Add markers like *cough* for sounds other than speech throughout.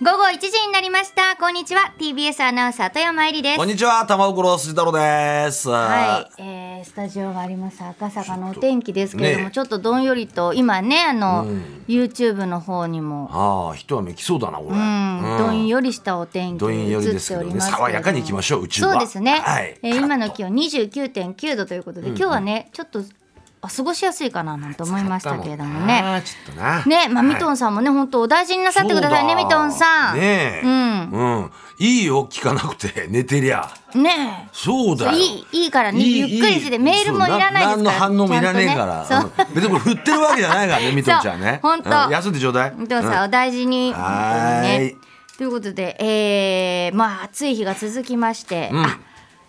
午後1時になりましたこんにちは TBS アナウンサー富山えりですこんにちは、玉袋筋太郎です。はい、えー、スタジオがあります赤坂のお天気ですけれどもねちょっとどんよりと今ねあの、YouTube の方にも、ああ、一雨来そうだな、これ。うん、どんよりしたお天気どんに映よりでっすてけおどりね、ますけれども爽やかに行きましょう、宇宙は。そうですね、はい。えー今の気温29.9度ということで、今日はねちょっとあ過ごしやすいかななんて思いましたけれどもねああ、ちょっとな。ね、まあ、ミトンさんもね、本当お大事になさってくださいね、そうミトンさん。ねえ。うん。いいよ、聞かなくて、 *laughs* 寝てりゃ。うん。ねえ。そうだよ。いいいいからねゆっくりしてていいメールもいらないですからそう何の反応もいらねえかちゃらんとねうん別にこれ振ってるわけじゃないからねみとんちゃんねそうほんとうん休んでちょうだいミトンさん、お大事に。本当にはーねい。ということで、えー、まあ、暑い日が続きまして。あ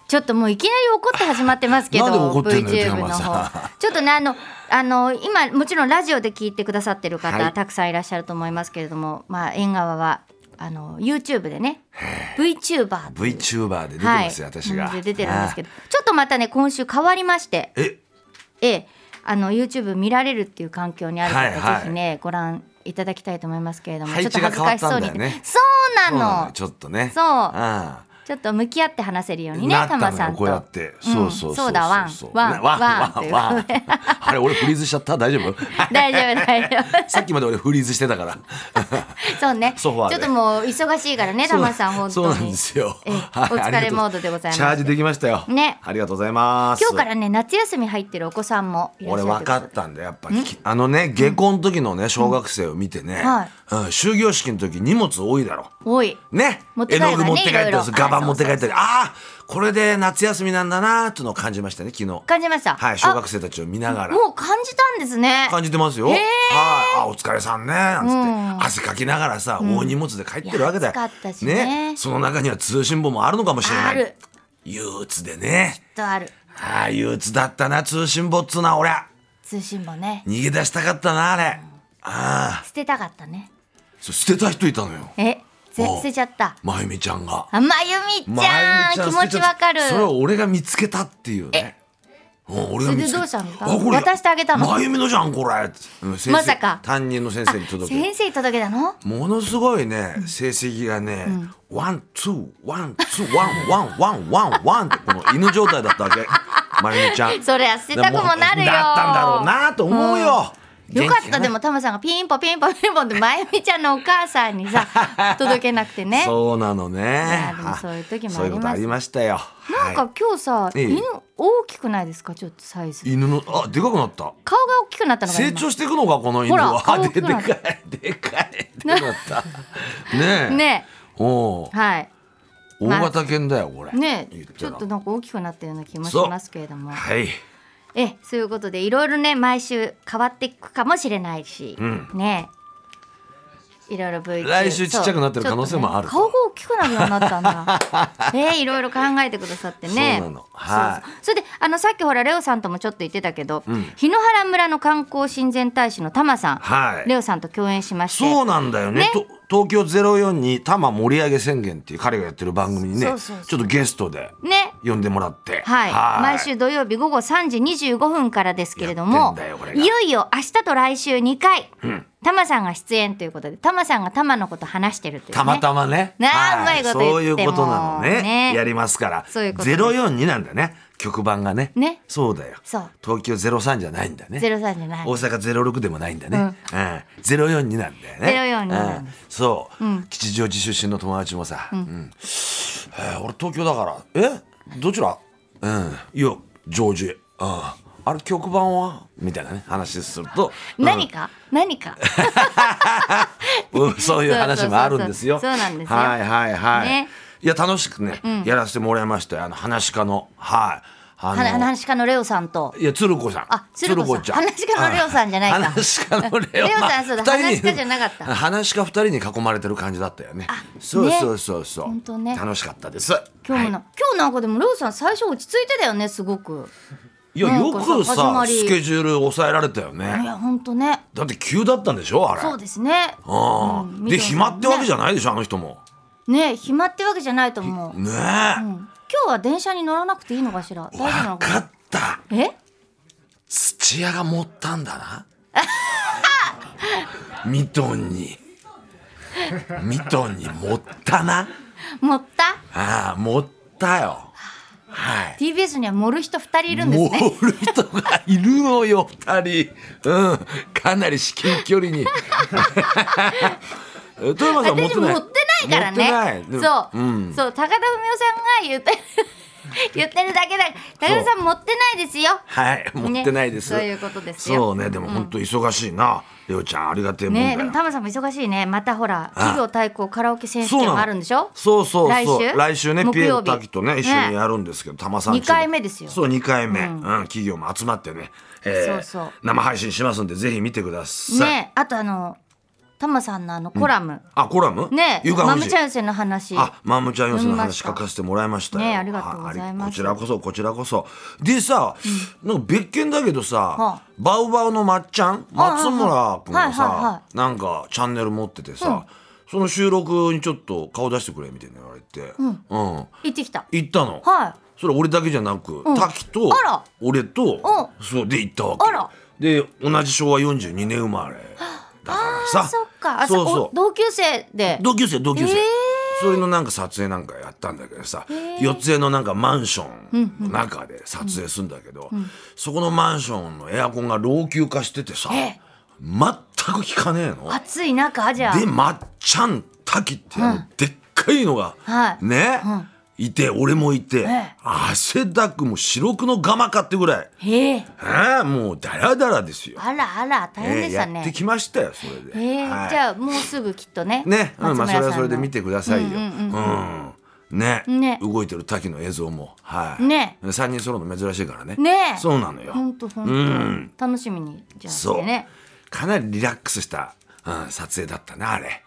ちょっともういきなり怒って始まってますけど、なんで怒ってんのよ VTube テーのマ方さ。 *laughs* ちょっとね、あの、あの、今、もちろんラジオで聞いてくださってる方、はいたくさんいらっしゃると思いますけれども、まあ、縁側は、あの、YouTube でね、VTuber っていう VTuber で出てますよ、はい、私がなので出てるんですけどちょっとまたね今週変わりましてあーえええあの YouTube 見られるっていう環境にあるはい方、はいぜひねご覧いただきたいと思いますけれどもち配ょっと置が恥ず変わかっしそうんただによねそうなそうなののよちょっとねそうああちょっと向き合って話せるようにねなっタたのマよさんとこうやって、うんそうそうそうだワンワンねワンワンワといンうワこンとであれ俺フリーズしちゃった大丈夫 *laughs* 大丈夫大丈夫 *laughs* さっきまで俺フリーズしてたからそうねちソフょァっーでともう忙しいからねタマさん本そう当そうなんにですよ、ええはいお疲れありがとうモードでございますチャージできましたよねありがとうございます今日からね夏休み入ってるお子さんもいらっしゃると俺いうこと分でかったんだやっぱきあのね下校の時のね小学生を見てね、うんはいうん終業式の時荷物多いだろおいね持って帰る絵わねの具持って帰ったいりろいろガバン持って帰っあそうそうたりああこれで夏休みなんだなーっていうのを感じましたね昨日感じましたはい小学生たちを見ながあらもう感じたんですね感じてますよ、へーはいあお疲れさんねなんつって、うん汗かきながらさ、大荷物で帰ってるわけだよいや暑かったしねその中には通信簿もあるのかもしれないある憂鬱でねとあるああ憂鬱だったな通信簿っつうな俺通信簿ね逃げ出したかったなあれああ捨てたかったねそう捨てた人いたのよえぜお捨てちゃったまゆみちゃんがあまゆみちゃんまゆみ気捨持てちゃったわかるそれは俺が見つけたっていうねうん、俺が見つけそれでどうしたんですかあこれ渡してあげたのまゆみのじゃんこれうん先生まさか担任の先生に届けて先生に届けたのものすごいね成績がね、ワンツーワンツーワンワンワンワンワンってこの犬状態だったわ *laughs* けまゆみちゃんそりゃ捨てたくもなるよだったんだろうなと思うよ、よかったでももタマさんがピンポピンポピンポンってまゆみちゃんのお母さんに *laughs* さ届けなくてねそうなのねあでもそういう時もそういうことあありりましたよなんはか今日さええ犬大きくないですかちょっとサイズい犬のあでかくなった顔が大きくなったのが今成長していくのかこの犬ほらは顔大できでくなかっいたでかいでかった *laughs* ねえねおうはい大型犬だよこれね言ったちらょっとなんか大きくなったような気もしそうますけれどもはいえそういうことでいろいろね毎週変わっていくかもしれないし、んねいろいろ VTuber 来週ちっちゃくなってる可能性もあるそうちょっとね顔が大きくなるようになったんだ *laughs* えいろいろ考えてくださってねそうなのはいそうそうそれであのさっきほらレオさんともちょっと言ってたけど、檜原村の観光親善大使のタマさん、はいレオさんと共演しましてそうなんだよねねと東京04に多摩盛り上げ宣言っていう彼がやってる番組にねそうそうそうちょっとゲストでね呼んでもらって、はい、毎い週土曜日午後3時25分からですけれどやってもんだよこれいがよいよ明日と来週2回、タマさんが出演ということでタマさんがタマのこと話してるという、ね、たまたまねなあはうまいことそうい言っうてこもとなのねねやりますからそういうことです042なんだね曲盤がねねそうだよそう東京03じゃないんだねゼロ三じゃない大阪06でもないんだね、うん042なんだよね042なんだうんそう、吉祥寺出身の友達もさ「うんえー俺東京だからえどちらうんいや常時うんあれ曲盤は?」みたいなね話すると、うん何か、何か *laughs* うんそういう話もあるんですよ。そうそうそうそうなんですよはいはいはい。ねいや楽しくね、やらせてもらいましたよあの話し家のはいあの話し家のレオさんといや鶴子さんあ鶴子さん話し家のレオさんじゃないかはい話し家のレ *laughs* オレオさんまあそうだ二人に話し家じゃなかった話し家二人に囲まれてる感じだったよねそうねそうそうそう、ほんとね楽しかったです今日もな、は今日なんかでもレオさん最初落ち着いてたよねすごくい、いやなんよかさく始まさりスケジュール抑えられたよいねや本当ねだって急だったんでしょあれそうですねあうんあ見でました暇ってわけじゃねないでしょあの人もね暇ってわけじゃないと思う、ねえ、うん今日は電車に乗らなくていいのかしら大丈夫なの分かかったなえ土屋が *laughs* 持ったんだなミトンにミトンに持ったな。持ったああ、持ったよ。はい。 TBS には盛る人2人いるんですね盛る人がいるのよ、二人。うん。かなり至近距離 *laughs* に。富山さん持っ私て持なっい。てないからね持ってないそう、んそう高田文夫さんが言って *laughs* 言ってるだけだ高田さん持ってないですよはい、持ってないです。ねそういうことですよそうね、でも本当忙しいな。りょうちゃん、ありがてえもんだねよ。でもタマさんも忙しいねまたほら企業対抗カラオケ選手そう権なものあるんでしょそうそうそう来来週週ね木ピエ曜日ロ滝とね一緒にやるんですけど、たまさんちの二回目ですよそう2回目、うん企業も集まってね、えーそうそう生配信しますんでぜひ見てください、ねあとあのタマさんのあのコラム、あコラムねゆかマふムじチャンセンの話あマムちゃん寄せ読のみま話した書かせてもらいましたよねありがとうございますあありこちらこそこちらこそでさ、なんか別件だけどさ、はあバウバウのまっちゃん松村君がさ、はいはいはなんかチャンネル持っててさ、その収録にちょっと顔出してくれみたいな言われて、うん、行ってきた行ったの、はいそれ俺だけじゃなく、ん滝とあら俺とそうで行ったわけあらで同じ昭和42年生まれだからあさそっかあそうそそうお同級生で同級生同級生、えーそれのなんか撮影なんかやったんだけどさ、四つ江のなんかマンションの中で撮影するんだけど、そこのマンションのエアコンが老朽化しててさ、ええ全く効かねえの。暑い中じゃあでまっちゃん滝ってあの、でっかいのが、はいね、いて俺もいて、え汗だくもう白くのガマかってぐらい、ええああもうダラダラですよ、あらあら大変でええしやたねってきましたよそれで、ええはいじゃあもうすぐきっとねね、うん、まあそれはそれで見ててくださいよ。うん。ねね動いてる滝の映像も、はい。ね三人揃うの珍しいからね。ねえそうなのよ。ほんとほんと、ん楽しみにじゃあしそうてね。かなりリラックスした、うん、撮影だったね、あれ。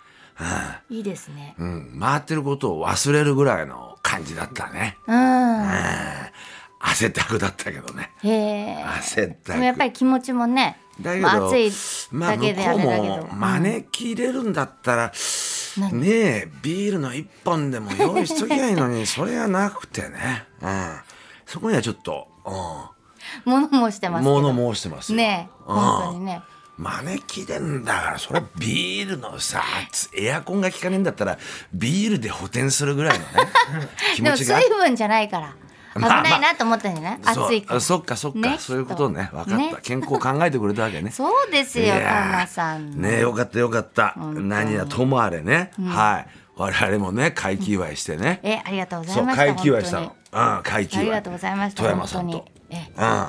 いいですねうん、回ってることを忘れるぐらいの感じだったね。うんうん、汗だくだったけどね。へえ汗だく。でもやっぱり気持ちもねだけど、まあ、暑いまあだけ向でこあうれだけど、も招き入れるんだったら、何ねえビールの一本でも用意しときゃいいのに *laughs* それがなくてね、うん、そこにはちょっと、う物申してまん、すけど物申してますよねえうん本当にね招き入れんだからそれはビールのさつエアコンが効かねえんだったらビールで補填するぐ *laughs* らいのね気で持もち水が分じゃないから危まあないなと思ったんじゃない、そう暑いからあそっかそっか、ねそういうことね分かった、ね健康を考えてくれたわけねそうですよいやータマさんねよかったよかった何やともあれね、はい我々もね会期祝いしてね、えありがとうござそいうました会期祝いした本のうん会期当祝にありいがとうございました富山さん本と当にえうん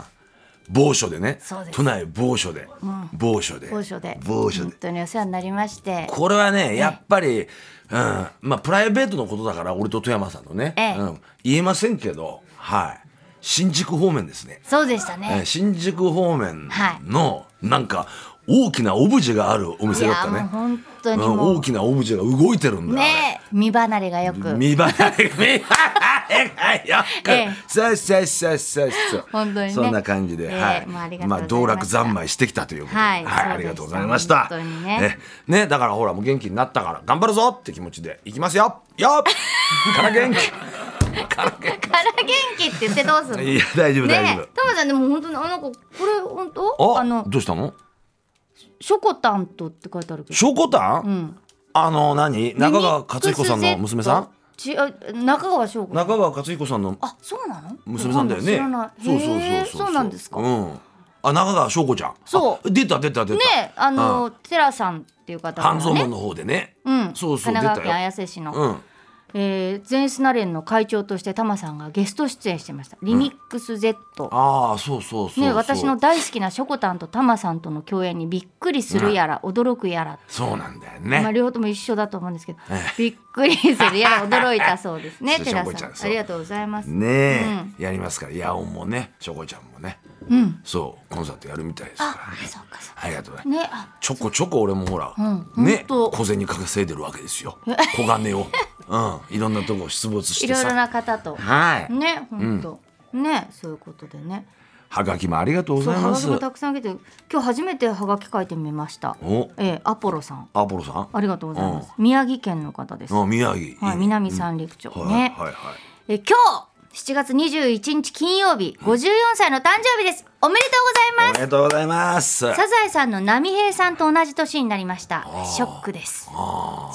某所でねそうです都内某所で、某所で某所で某所で本当にお世話になりましてこれはねやっぱり、うんまあプライベートのことだから俺と富山さんのね、ええうん、言えませんけどはい新宿方面ですねそうでしたえーね新宿方面のなんか大きなオブジェがあるおい店だっやたもうね。本当にうんも大うきなオブジェが動いてるんだ。ね身離れがよあれく見栄え、見栄えがよ *laughs* くええ。そうそうそうそうそう。本当にねそんな感じで、ええはい。もうありがとうございましたまあ道楽三昧してきたということで、はいはい、そうでしたありがとうございました。本当にねえね、だからほらもう元気になったから頑張るぞって気持ちでいきますよ。*laughs* よっ。から元気。から元気って言ってどうするのいや大丈夫大ね丈えタマさんでも本当にあなんかこれ本夫。当ああのどうしたの？ショコタンとって書いてあるけどショコタン？あの何？中川克彦さんの娘さん？ちあ中川翔子中川克彦さんのあそうなの娘さんだよね。知らないそうそへうそうえそう。そうなんですかうん。あ中川翔子ちゃん。そうあ出た出た出た。ねあのテラさんっていう方が半蔵門ねの方でね。うんそうそう神奈川出たよ県綾瀬市のうん。えー全スナレンの会長としてタマさんがゲスト出演してましたリミックス Z、ああそうそうそうそう。ね、私の。大好きなショコタンとタマさんとの共演にびっくりするやら、驚くやら、そうなんだよまあ、ね。両方とも一緒だと思うんですけど、びっくりするやら驚いたそうですね *laughs* そうテラショコちさゃんんそうありがとうございます、ねえやりますからヤオンもね翔子ちゃんもね。そうコンサートやるみたいですから。あそうかそうかありがとうございます。ねあちょこちょこ俺もほら、うんねほんと小銭稼いでるわけですよ小金を、うん、いろんなとこ出没しいてろいさろな方とはい、ね本当、ねそういうことでねはがきもありがとうごそうざいハまガキすもたくさん来て今日初めてハガキ書いてみましたおええアポロさんアポロさんありがとうございます宮城県の方ですあ宮城、はい、南三陸町はいね、はいはいえ今日7月21日金曜日、54歳の誕生日です。おめでとうございおまめす。でとうございます。サザエさんの波平さんと同じ年になりました。ショックです。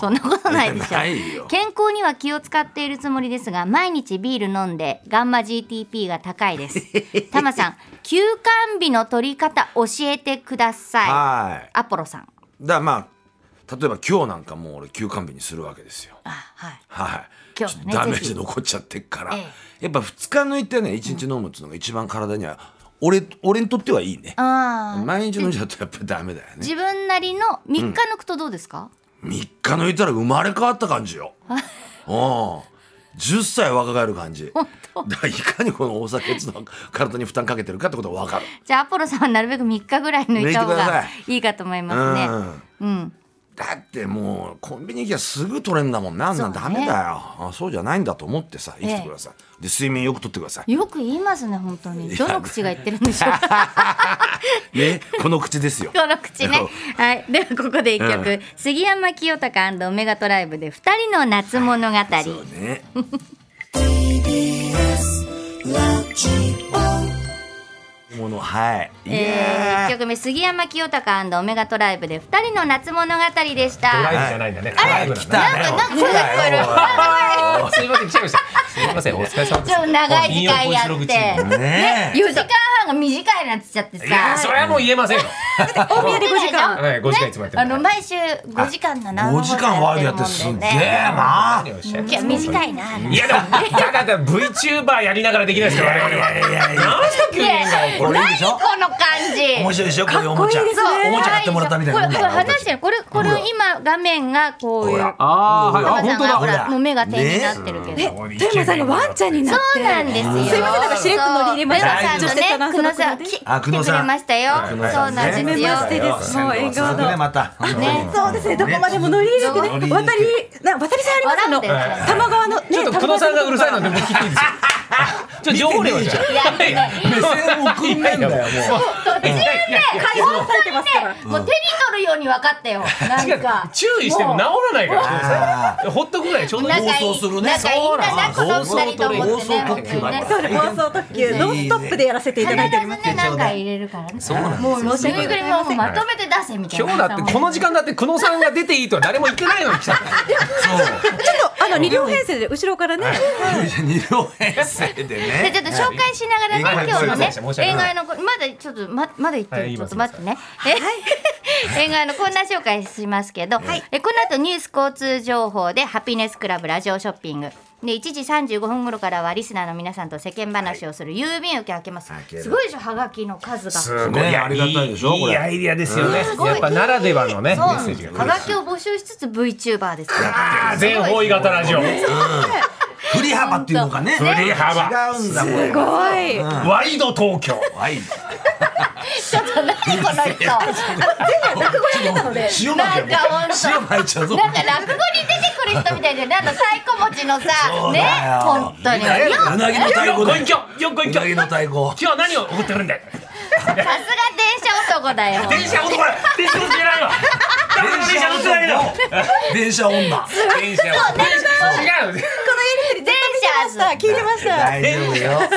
そんなことないでしょ。 *laughs* ないよ健康には気を使っているつもりですが、毎日ビール飲んでガンマ GTP が高いです。 *laughs* タマさん、休館日の取り方教えてください。はアポロさん。い。だからまあ例えば今日なんかもう俺休館日にするわけですよ。あ、はい。はい。今日はねちょっとダメーぜひジ残っちゃってっから、えやっぱ2日抜いてね1日飲むっていうのが一番体には、俺俺にとってはいいね。ああ。毎日飲んじゃうとやっぱりダメだよね。自分なりの3日抜くとどうですか、 3日抜いたら生まれ変わった感 *laughs* じよ。うん。10歳若返る感じ。だからいかにこのお酒つの体に負担かけてるかってことがわかる。じゃあアポロさんはなるべく3日ぐらい抜いた方抜いてくだがさいいかと思いますね。うん。うん、だってもうコンビニ行きゃすぐ取れんだもんなあんなんそうダねメだよあそうじゃないんだと思ってさ生きてください、で睡眠よくとってくださいよく言いますね本当にやどの口が言ってるんでしょうかねこの口ですよ *laughs* この口ねそうはいではここで一曲、うん杉山清隆オメガトライブで二人の夏物語そうねものはい、いえー、や1曲目杉山清隆オメガトライブで二人の夏物語でしたドライなブじゃないんだね。あ来たんねかなんか声が聞こえるすいません、来ちゃいました。すいません、お疲れ様です。ちょっと長い時間やって金曜小四六チームおねえ4時間半が短いなって言っちゃってさいや、それはもう言えません *laughs* よ。大宮で5時間はい、5時間いつもやってあるのから。毎週5時間の何5時間ワイドやってすっげえな何をおっしゃいまいやす短いな。いやでも、ただだ VTuber やりながらできないですよ、我々は。何すか、急に。これいいでしょこの感じ。面白いでしょこういうおもちゃかっこいいですねおもちゃ買ってもらったみたいなもんこだれこよれ話してる。これこれほら今画面がこういう。ほらタあー、マさんがほほららもう目が点になってるけど。え、テマさんがワンちゃんになっそうて。なんですよ。すいませんなんかしれっと乗り入れましたメロ緊張してたさんなのね、久野そさのん来子であ来て久野くれさんましたよ。久そう野さんなん初めですよま。してです。もう縁側続くねの。またねそうですね。どこまでも乗り入れてね。乗り渡り入れて、な渡りさんありますあの。笑ってる玉川のね。ちょっと久野さんがうるさいので、もう切っていい *laughs* ですよ。ちょっと情報量じゃん。いやいやいや目線送んねえんだよもう解放されてますから。もう手に取るように分かったよ。なんか注意しても治らないから。ほっとくぐらいちょうどいい。仲い暴走するいね仲いいんだなこそうのなの二人と思ってね。暴走特急だねねそうです。放送特急ノンストップでやらせてい必たずだいております。ね何回入れるからね。もう申しぬ訳いごぐざるいみまをせん。まとめて出せみたいな。今日だってこの時間だって久野さんが出ていいとは誰も言ってないのに来たからちょっとあの二両編成で後ろからね。二両編成ででねちょっと紹介しながらはね、い今日のねすいま、せん映画のこ、まだちょっと、ま、まだ言ってはる、いちょっと待ってね。え映画のこんな紹介しますけど、えこの後ニュース交通情報でハピネスクラブラジオショッピング。で1時35分頃からはリスナーの皆さんと世間話をする郵便受け開けます開けるすごいでしょはがきの数がすごねいありがたいでしょいこれいアイディアですよねすごいやっぱならではのねメそうッセージがはがきを募集しつつ VTuber ですあー全方位型ラジオ振り幅っていうのがね振り幅違うんだこすれごい。ワイド東京はいちょっと何この人ないんか本当塩まちゃう塩まいちゃうぞなんか落語に出てくる人みたいじゃないあの太鼓持ちのそさうねだよ本当にようなぎの太よっ鼓こだいよきょよっこいうきょなぎの太鼓今日は何を送ってくるんだよさすが電車男だよ電車男だ電車乗ってないわ *laughs* 電車乗ってないの電車女電車違うこのやりとり絶対見てました。聞いてました。大丈夫よ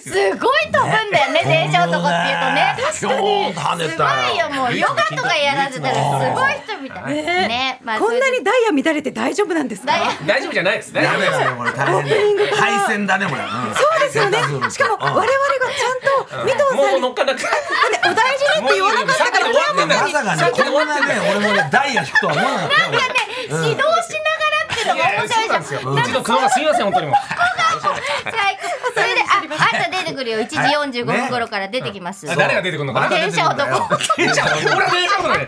すごい飛ぶんだよね電車男っていうとね今日跳ねすたごいよもうヨガとかやらせたらすごい人みたいなねまあこんなそれにでダイヤ乱れて大丈夫なんですダイヤか。大丈夫じゃないですねダメだよこれ大変だよ配線だねこれそうですよね。しかも我々がちゃんとミトンさんもうに乗っかなくてねお大事にって言わなかったからもういいよこれはもうまさかねこんなね俺もねダイヤ引くとは思わなかったよ指導しながらっていうのいがや面いやそうなん白いじですよゃんうちの車すいません本当にもう最高それでああと出てくるよ1時45分頃から出てきますあ誰が出てくるのかな電車男電車俺は電車 *laughs* 男だよ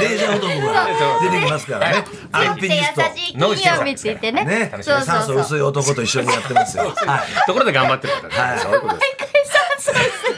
電車男が出てきますからねアルピニスト優しい金曜日って言ってね。ねそう酸そう素そう。薄い男と一緒にやってますよはいところで頑張ってる方はいそういうことです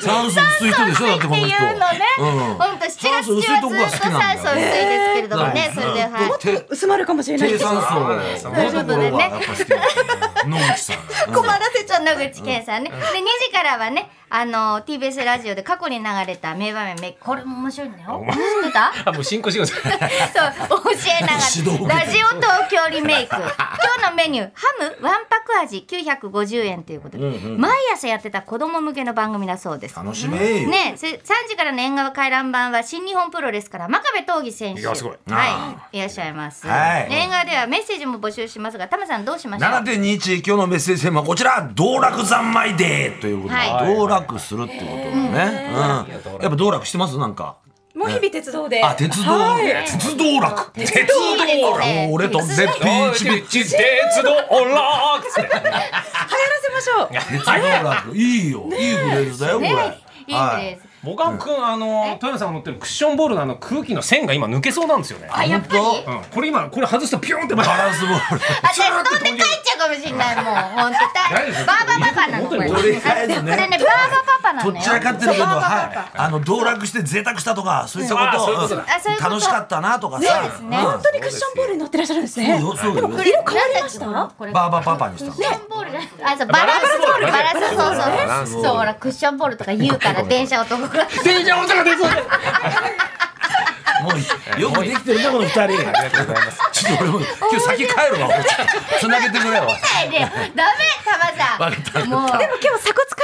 酸素薄い人でしょだってこの人っていうのね。うん本当7月中はずっと酸素薄いですけれどもね。それではい。低薄まるかもしれない低です。酸困素のところがやっぱ好きなんだね野口さん困らせちゃう野口健さんね。で2時からはねあの TBS ラジオで過去に流れた名場面めこれも面白いんだよ知ってた *laughs* あもう進行してくださいそう教えなが指導を受らけラジオ東京リメイク今日のメニューハムわんぱく味950円ということで、毎朝やってた子供向けの番組だそうです楽しみ *laughs* ーよねえ、せ3時からの縁側回覧版は新日本プロレスから真壁闘技選手いやすごいはいいらっしゃいます、はいで縁側ではメッセージも募集しますがタマさんどうしましょう7.21今日のメッセージテーマはこちら道楽三昧デーということで、は道楽するってことだね、うん、やっぱ道楽してますなんかもう日々鉄道で。あ鉄道、はい鉄道楽鉄道いいですね俺と絶品一一日日鉄道オンラー *laughs* っ流行らせましょ鉄道楽いいよいいフレーズだよこれ、ねいいはです、僕はくんあの富山さんが持ってるクッションボールのあの空気の線が今抜けそうなんですよねあやっぱり本うんこれ今これ外すとピューンってまバたランスボール私飛んで帰っちゃうかもしれないもう本当大丈夫バーバパパなのこれ本こ当れねにバ俺ーバパパなとのっよちらかってるけそうど、バーバパパはい、あの道楽して贅沢したとか、そういったこあとそういううこんとだあそういうこと楽しかったなとかそうでさ、すうんねう。本当にクッションボールに乗ってらっしゃるんですね。そうよそうよ。色変わりました。これバーバパパにしたの。クッションボールじゃなくてあそうバランスボールババラランスバランスそボうそうそールうほらクッションボールとか言うから電車男が電車音が出そうもうよくできてるねこの二人。ありがとうございます。ちょっと俺も今日先帰るわ。つなげてくれなよ。いでダメタマさんもうでも今日鎖骨書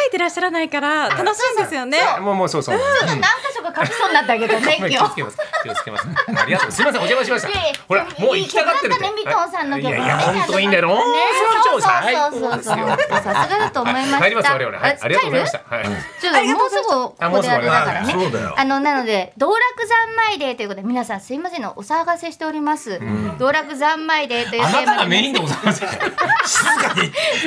いてらっしゃらないから楽しいんですよね。もうもうそうそう何箇所か書きそうになったけどねご今めん日気をつけます気をつけますありがとうすみませんお邪魔しましいたやいやほらもう行きたがってるいい曲だったねミトンさんの曲いやいや本当いいんだよねそうそう最そうそ高うですそうよさすがだと思いました帰ります我々はいあありがとうございました帰るはいちょっともうすぐここであれだからねあもうすぐだよあのなので道楽三昧デーということで皆さんすいませんのお騒がせしております道楽三昧デーというテあなーたマがでメねインでござい *laughs* ます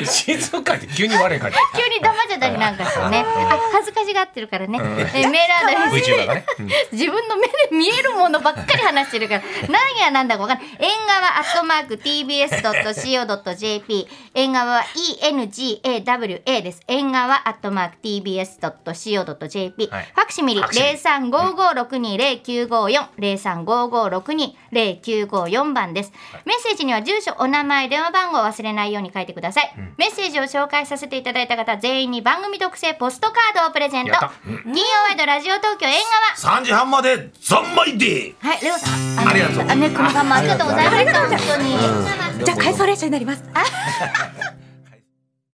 静かに急に我 *laughs* が急に黙っちゃったりなんかしてねあ恥ずかしがってるからねえメールアドレス VTuber がねうん自分の目で見えるものばっかり話してる *laughs* から何やなんだか分かんない縁側アットマーク TBS.CO.JP 縁側は ENGAWA です縁側アットマーク TBS.CO.JP、はいファクシミリファクシミリ0355620954 0355620954番です、メッセージには住所お名前電話番号を忘れないように書いてください、メッセージを紹介させていただいた方全員に番組特製ポストカードをプレゼントやった金曜ワイドラジオ東京縁側三時半まで三昧デー。はい、レオさん。ありがとうね、この間もありがとうございました。本当に。じゃあ回送列車になります。